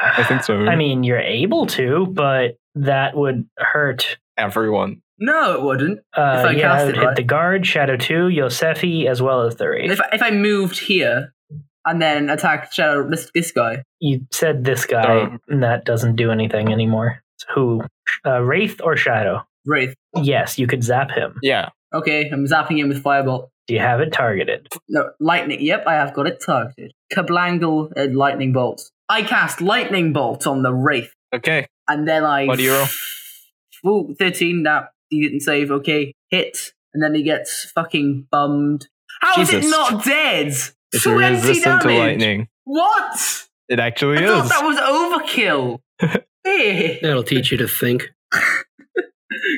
I think so.
I mean, you're able to, but that would hurt.
everyone.
No, it wouldn't.
Uh,
If I
yeah,
cast
it
it
would hit
right.
the guard, Shadow 2, Yosefi, as well as the Wraith.
If I, if I moved here, and then attack Shadow, this, this guy.
You said this guy,
Um,
and that doesn't do anything anymore. So Who? Uh, Wraith or Shadow?
Wraith.
Yes, you could zap him.
Yeah.
Okay, I'm zapping him with Firebolt.
Do you have it targeted?
No, lightning. Yep, I have got it targeted. Kablangle and lightning bolts. I cast lightning bolt on the wraith,
Okay.
and then I.
What do you roll?
Ooh, 13, that he didn't save. Okay, hit. And then he gets fucking bummed. How is
Jesus.
it not dead?
It's
20
resistant
damage.
to lightning.
What?
It actually
I
is.
thought that was overkill. Eh.
That'll teach you to think.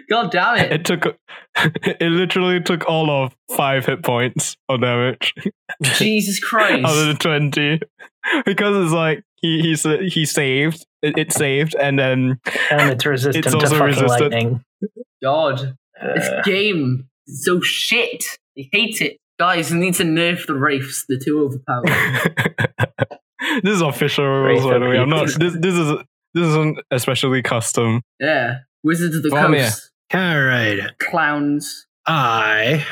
God damn it.
it took. It literally took all of five hit points of damage
Jesus
out of the
Christ.
twenty, because it's like he he sa- he saved it, it saved and then
And it's resistant to
also
fucking
resistant.
lightning.
God. This
Uh,
game is so shit. I hate it. Guys, you need to nerf the Wraiths. They're too overpowered.
this is official rules by
Wraith
the way. I'm not.
abuse.
This this is this isn't especially custom.
yeah. Wizards of the
Come here.
Coast.
All right.
Clowns.
I.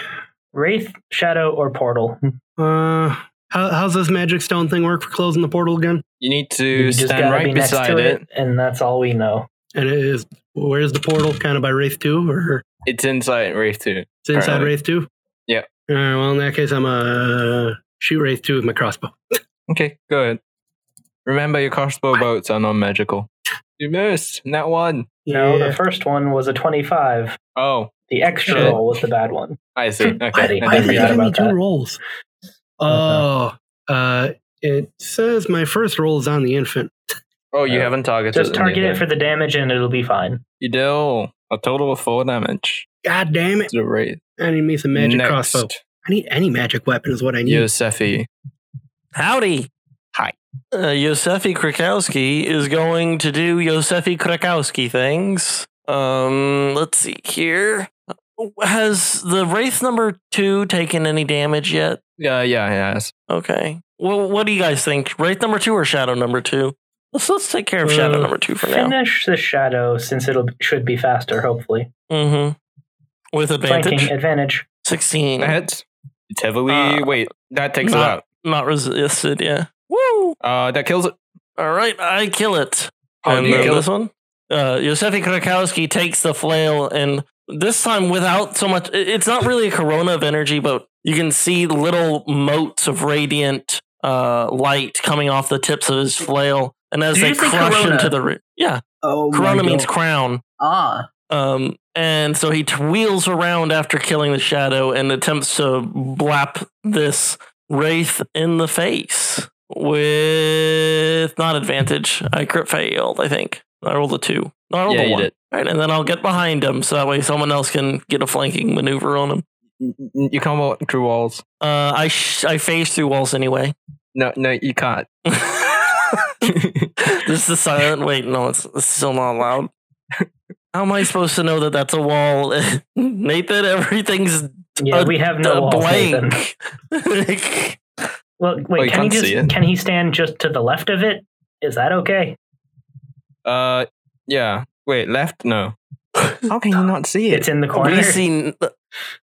Wraith, Shadow, or Portal?
Uh, how, how's this magic stone thing work for closing the portal again?
You need to
You just
stand
gotta
right
be next to
beside it.
it, and that's all we know.
And it is where's the portal? Kind of by Wraith Two, or
It's inside Wraith too.
it's inside
Apparently.
Wraith Two?
Yeah.
All right. Well, in that case, I'm a uh, shoot Wraith Two with my crossbow.
Okay, good. Remember, your crossbow bolts are non-magical. You missed. Not one.
No,
Yeah.
the first one was a 25.
Oh,
The extra
Shit.
roll was the bad one.
I see. Okay,
Why-
I
why
didn't
did
forgot
read
they give
it.
me
about
two
that.
rolls? Oh, uh, it says my first roll is on the infant.
Oh, you
Uh,
haven't targeted.
Just target it
anything.
for the damage, and it'll be fine.
You deal a total of four damage
God damn it!
to the wraith.
I need me some magic
Next,
crossbow. I need any magic weapon is what I need.
Yosefi.
Howdy.
Hi.
Uh, Yosefi Krakowski is going to do Yosefi Krakowski things. Um, let's see here. Has the Wraith number two taken any damage yet?
Yeah, yeah, yes.
Okay. Well, what do you guys think? Wraith number two or Shadow number two? Let's let's take care of Shadow
Uh,
number two for now.
Finish the shadow, since it'll should be faster. Hopefully,
Mm-hmm. With
flanking
advantage,
advantage.
sixteen.
That's it's heavily.
Uh,
Mm. wait, that takes it
not-
out.
Not resisted. Yeah. Woo!
Uh, that kills it.
All right, I kill it.
Oh,
and
you
then
kill
this
it?
one? Uh, Yosefi Krakowski takes the flail, and this time without so much. it- It's not really a corona of energy, but you can see little motes of radiant uh, light coming off the tips of his flail. And as
Did
they
you say
crush
corona?
into the. ri- Yeah,
Oh, my
corona means
God.
crown.
Ah.
Um, and so he t- wheels around after killing the shadow and attempts to blap this wraith in the face with not advantage. I crit failed, I think. I rolled a two. No, I rolled
Yeah,
a
you
one.
did.
Right, and then I'll get behind him so that way someone else can get a flanking maneuver on him.
You can't walk through walls.
Uh, I sh- I phase through walls anyway.
No, no, you can't.
This is silent. Wait, no, it's, it's still not allowed. How am I supposed to know that that's a wall? Nathan, everything's
Yeah,
a-
we have no
a
walls, Nathan.
blank.
Well, wait.
Oh, you
can he
can't see
just
it.
can he stand just to the left of it? Is that okay?
uh, yeah. Wait, left? No. How can you not see
It's in the corner.
we see n-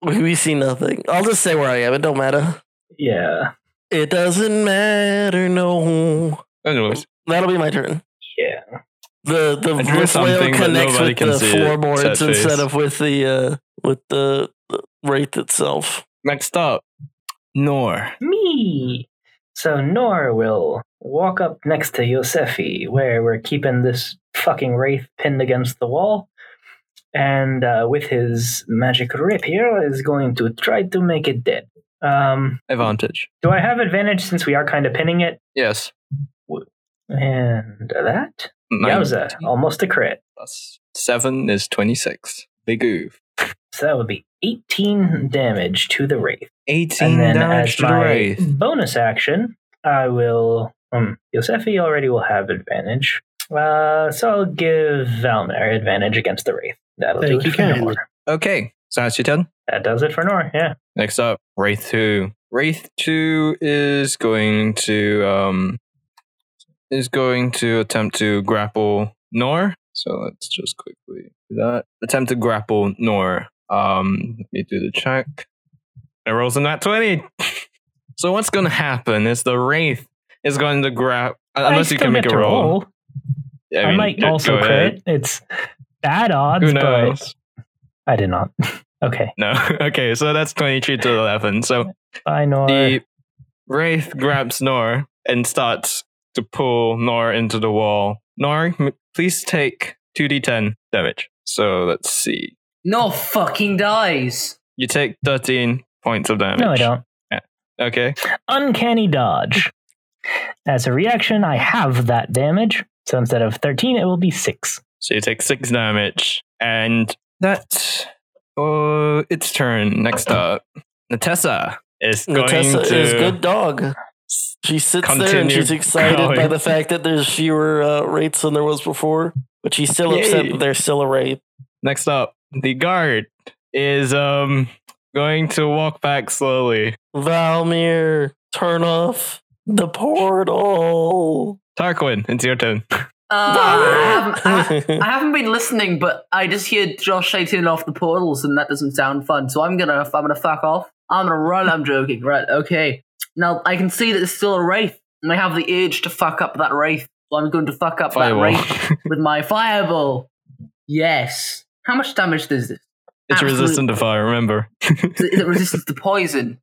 we see nothing. I'll just say where I am. It don't matter.
Yeah,
It doesn't matter. No,
Anyways,
that'll be my turn.
yeah.
The the,
I drew
the flail
something, but
connects
nobody
with
can
the
see it. Sad
floorboards
face.
instead of with the uh, with the the wraith itself.
next up, Nor.
Me. So Nor will walk up next to Yosefi, where we're keeping this fucking wraith pinned against the wall, and uh, with his magic rapier is going to try to make it dead. Um,
Advantage.
do I have advantage since we are kind of pinning it?
Yes.
And that
Nine
yowza, almost a crit.
plus seven is 26. Big oof.
So that would be 18 damage to the Wraith.
18
And then
damage
as
to the
my
wraith.
bonus action, I will. Um, Yosefi already will have advantage. Uh, so I'll give Valmer advantage against the Wraith. That'll
Thank
do
you
it for
kindly.
Nor.
Okay, so that's your turn.
That does it for Nor, yeah.
Next up, Wraith 2. Wraith 2 is going to um is going to attempt to grapple Nor. So let's just quickly do that. Attempt to grapple Nor. Um let me do the check. It rolls in that 20. So what's going to happen is the wraith is going to grab unless
I
you
still
can make
get
a
to
roll.
I,
mean,
might
go
also crit.
ahead.
It's bad odds,
Who
but
knows?
I did not. okay,
No. okay, so that's twenty-three to eleven. So
I know.
the wraith grabs Nor and starts to pull Nor into the wall. Nor, m- please take two d10 damage. So let's see.
No fucking dies.
You take thirteen points of damage.
No, I don't.
Okay.
Uncanny dodge. As a reaction, I have that damage. So instead of 13, it will be 6.
So you take six damage, and that's uh, its turn. Next up, Natessa is going
Natessa
to.
is good dog. She sits there and
continue
she's excited by
going.
the fact that there's fewer uh, rates than there was before, but she's still upset
Yay.
that there's still a rate.
Next up, the guard is um going to walk back slowly.
Valmir, turn off the portal.
Tarquin, it's your turn.
Uh, I, haven't, I- I haven't been listening, but I just hear Josh say turn off the portals, and that doesn't sound fun. So I'm gonna, I'm gonna fuck off. I'm gonna run. I'm joking, right? Okay. Now I can see that there's still a wraith, and I have the urge to fuck up that wraith. So I'm going to fuck up
Fireball.
that wraith with my fireball. Yes. How much damage does this?
it's
Absolute-
resistant to fire. Remember,
Is it- is it resistant to poison?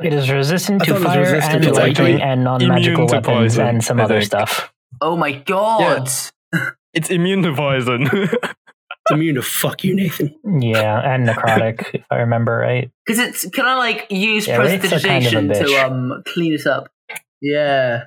It is resistant
I
to
thought it was
fire
resistant
and
to
lightning
lightning.
and non
Immune
magical
to
weapons
poison,
and some
I
other
think.
stuff.
Oh my god!
it's immune to poison.
It's immune to fuck you, Nathan.
Yeah, and necrotic, if I remember right.
Because it's can I like use
Yeah, rates are kind of a
prestidigitation to
bitch.
um clean it up? Yeah,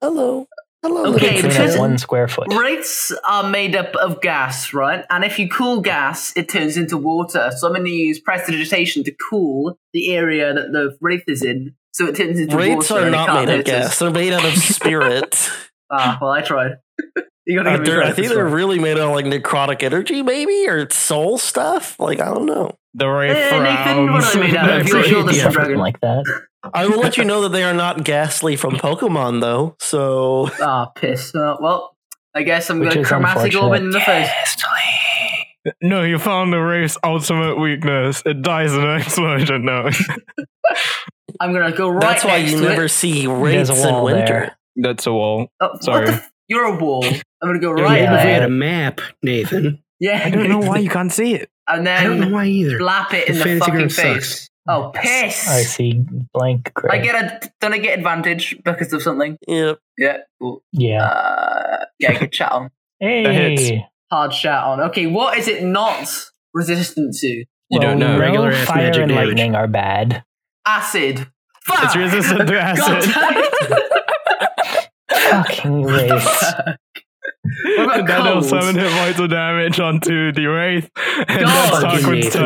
Hello. Hello.
Okay,
Natessa.
Clean
because-
up one square foot.
rates are made up of gas, right? And if you cool gas, it turns into water. So I'm going to use prestidigitation to cool the area that the wraith is in, so it turns into
Rates
water.
are
and it
not
can't
made of
hurt us.
gas. They're made out of spirit.
Ah, well, I tried. you got to
Uh,
give me
they're- I
credit.
think
for
they're
this one.
really made out of like necrotic energy, maybe, or soul stuff. Like, I don't know.
the wraith
Eh, Nathan, what are they made out of?
frowns.
You're- you're the
Something
dragon.
like that.
I will let you know that they are not ghastly from Pokemon, though. So,
Ah, piss. Uh, well, I guess I'm
Which
going to
is
chromatic orb
unfortunate.
in the face.
No, you found the wraith's ultimate weakness. It dies in an explosion. No,
I'm going to go right
that's why
next
you
to it.
never see
There's
rates
a
in
wall
winter.
there.
that's a wall.
Oh, what
Sorry.
the f- you're a wall. I'm gonna go
Yeah,
right
even if we
there.
had a map, Nathan.
Yeah.
you can't see it.
And
I don't know
then
why either.
blap it in
This
the
fantasy
fucking
game
face.
sucks.
Oh,
I
piss!
see blank
I,
gray.
get a. Don't I get advantage because of something?
Yep.
Yeah. Cool.
yeah.
Uh, yeah. Good chat on.
hits.
Hey.
Hard chat on. Okay. What is it not resistant to?
You
Well,
don't know.
no
Regular ass
fire
magic
and
damage.
lightning are bad.
Acid. Fuck.
It's resistant to
God
acid.
damn it.
Fucking race.
about
and then they'll
cold?
summon hit points of damage onto the wraith. And
God.
that's Tarquin's
Nathan.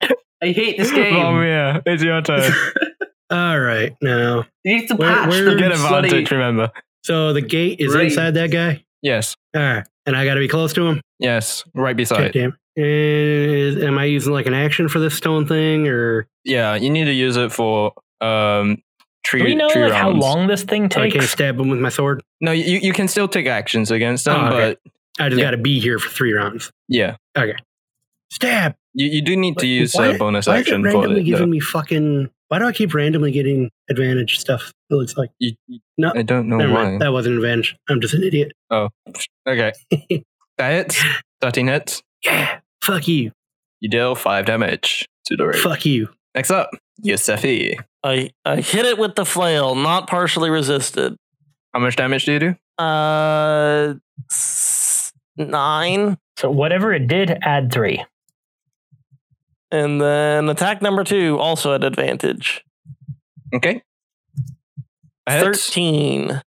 turn.
I hate this game.
Valmir, it's your turn.
All right, now.
you need to
Where-
patch
where-
the
You get
bloody-
advantage, remember.
So the gate is
Great.
inside that guy?
Yes.
All right. And I got to be close to him?
Yes. Right
God
beside.
damn. Is, am I using like an action for this stone thing or
Yeah, you need to use it for um tree,
Do we know
tree
like,
rounds.
how long this thing
I can't
takes?
stab him with my sword?
No, you, you can still take actions against them,
Oh, okay.
but
I just
Yeah.
got to be here for three rounds.
yeah.
Stab.
You, you do need to
Wait,
use
why-
a bonus
Why is it
action for
randomly
it.
giving
though.
me fucking? Why do I keep randomly getting advantage stuff? It looks like
You- you-
No,
I don't know
never
why.
mind. That wasn't advantage. I'm just an idiot.
Okay. that hits. 13 hits.
Yeah. Fuck you.
You deal 5 damage to the wraith.
Fuck you.
Next up, Yosefi.
I, I hit it with the flail, not partially resisted.
How much damage do you do?
Uh, s- nine.
So whatever it did, add three.
And then attack number two, also at advantage.
Okay. That hits.
13.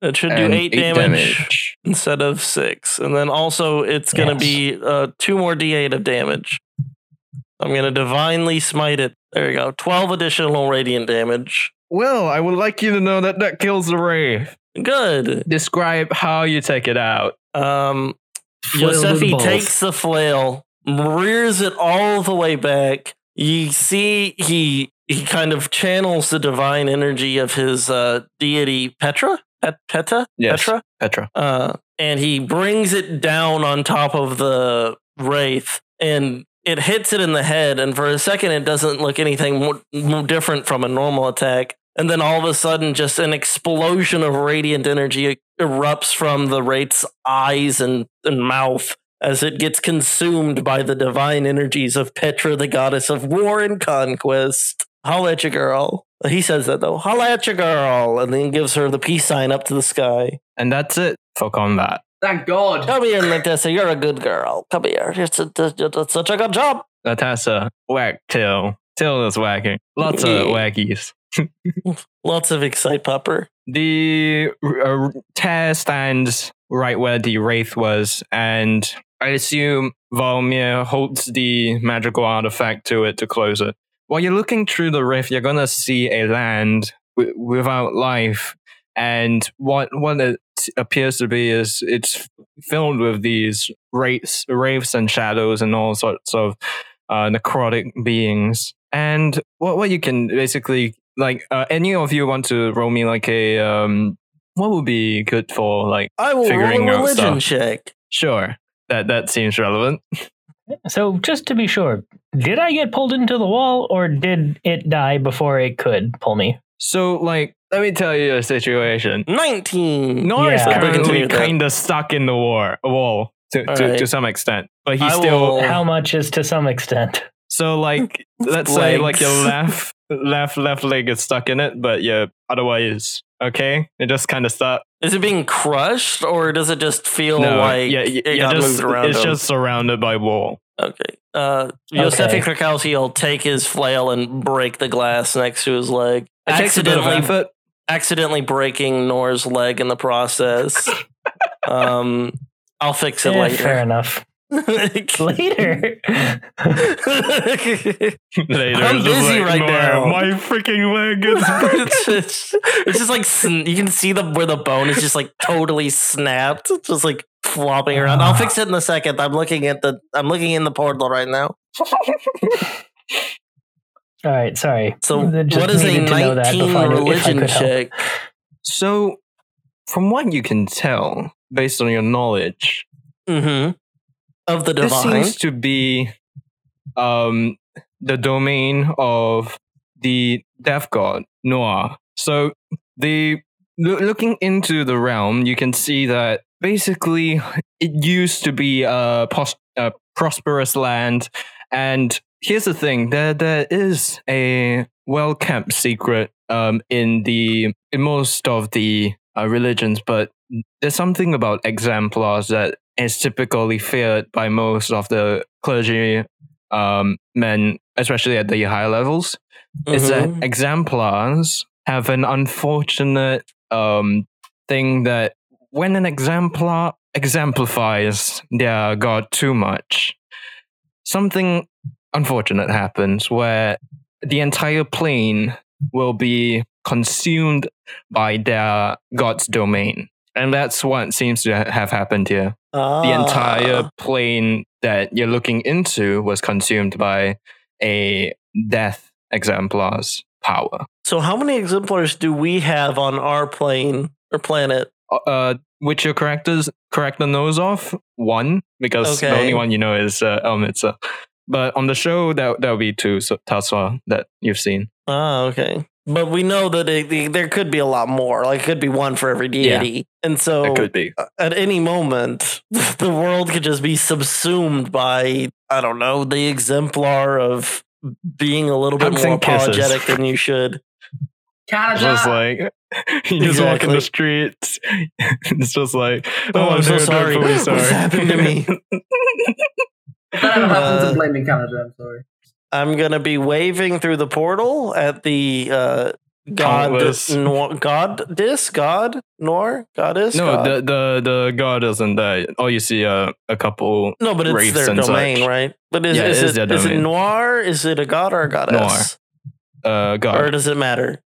That should do
And
eight, damage, instead of six. And then also, it's going to
Yes.
be uh, two more d8 of damage. I'm going to divinely smite it. There you go. 12 additional radiant damage.
Will, I would like you to know that that kills the wraith.
Good.
Describe how you take it out.
Um,
Flail with
Yosefi
balls.
takes the flail, rears it all the way back. You see, he he kind of channels the divine energy of his uh, deity Petra. Pet- Peta?
Yes.
Petra?
Petra.
uh, and he brings it down on top of the wraith and it hits it in the head and for a second it doesn't look anything more, more different from a normal attack And then all of a sudden, just an explosion of radiant energy erupts from the Wraith's eyes and, and mouth as it gets consumed by the divine energies of Petra, the goddess of war and conquest. Holla at your girl. He says that though. Holla at your girl. And then gives her the peace sign up to the sky.
And that's it for combat.
Thank God.
Oh.
Come here, Natessa. You're a good girl. Come here. You're such a, you're such a good job.
Natasha, whack Till. Till is whacking. Lots of whackies.
Lots of excite popper.
The uh, tear stands right where the wraith was, and I assume Valmir holds the magical artifact to it to close it. While you're looking through the rift, you're gonna see a land w- without life, and what what it appears to be is it's filled with these wraiths, wraiths and shadows, and all sorts of uh, necrotic beings. And what what you can basically like uh, any of you want to roll me like a um what would be good for like
I will
Figuring
roll a
out
religion
stuff.
check.
sure that that seems relevant
So, just to be sure, did I get pulled into the wall or did it die before it could pull me?
so like let me tell you a situation
19.
nor is
Yeah.
currently
Continue that.
kind of stuck in the war wall to,
All
to,
right.
to some extent but he's
I
still
will-
How much is to some extent?
so like let's say like your
Legs.
left left left leg is stuck in it but yeah otherwise okay it just kind of stuck
Is it being crushed or does it just feel
no
like
yeah,
it
yeah
got
just,
moved around?
it's
him?
just surrounded by wall
okay. Uh, Yosefi Krakowski will take his flail and break the glass next to his leg,
it takes a bit of
accidentally,
effort
accidentally breaking Nor's leg in the process. um, I'll fix it
Eh, Fair
later.
enough. Later.
later.
I'm
It's just
busy right
"No,
now."
My freaking leg is
it's, just, it's just like sn- you can see the where the bone is just like totally snapped, It's just like flopping around. I'll fix it in a second. I'm looking at the I'm looking in the portal right now.
All right, sorry.
So
I just
what is a
needed to know that
19
before I- if I
religion
could help.
check?
So, from what you can tell, based on your knowledge,
hmm Of the
this
divine.
seems to be um, the domain of the death god Noah. So, the loo- looking into the realm, you can see that basically it used to be a, pos- a prosperous land, and here's the thing: there there is a well kept secret um, in the in most of the uh, religions, but there's something about exemplars that is typically feared by most of the clergy um, men, especially at the higher levels. Is that
Mhm.
exemplars have an unfortunate um, thing that when an exemplar exemplifies their god too much, something unfortunate happens where the entire plane will be consumed by their god's domain. And that's what seems to ha- have happened here. The
Ah.
entire plane that you're looking into was consumed by a death exemplar's power.
So how many exemplars do we have on our plane or planet?
Uh, which your characters character knows of one because the
Okay.
only one you know is uh, Elmitza. But on the show, that that will be two so, Taswa that you've seen.
Ah, okay. But we know that it, the- there could be a lot more. Like it could be one for every deity. And so
It could be.
at any moment, the world could just be subsumed by, I don't know, the exemplar of being a little bit
Hugs
more
and kisses.
apologetic than you should.
Canada.
Just like you just walk in
Exactly.
the streets. it's just like
Oh, I'm
they're-
so
they're
sorry.
fully
What's happened to me?
If that ever happens,
Uh,
I'm blaming Canada. I'm sorry.
I'm going to be waving through the portal at the uh, god,
Countless.
nor, god, dis, god, nor, goddess.
no,
god.
the the the god isn't there. All you see uh, a couple
No, but it's
wraiths
their
and
domain,
such.
right? But is,
Yeah,
is,
it is
it,
their
is it
domain.
noir? Is it a god or a goddess?
uh god.
Or does it matter?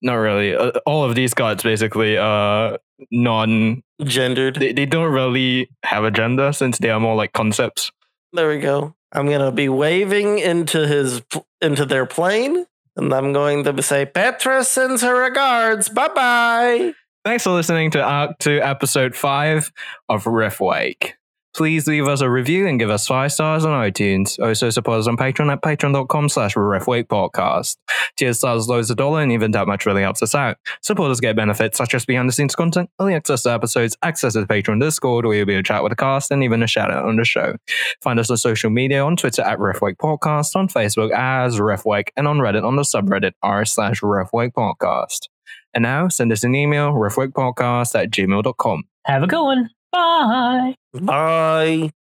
Not really. Uh, all of these gods basically uh non
Gendered.
they, they don't really have a gender since they are more like concepts.
There we go. I'm gonna be waving into his into their plane, and I'm going to say, "Petra sends her regards. Bye bye."
uh, Thanks for listening to Arc 2 episode 5 of Riftwake. Please leave us a review and give us five stars on iTunes. Also support us on Patreon at patreon.com slash refweightpodcast. Tier stars loads a dollar and even that much really helps us out. Supporters get benefits such as behind the scenes content, early access to episodes, access to the Patreon Discord where you'll be able to chat with the cast and even a shout out on the show. Find us on social media on Twitter at Refwake Podcast, on Facebook as Refwake, and on Reddit on the subreddit r slash Refwake Podcast. And now send us an email, refwakepodcast at gmail.com.
Have a good one. Bye.
Bye.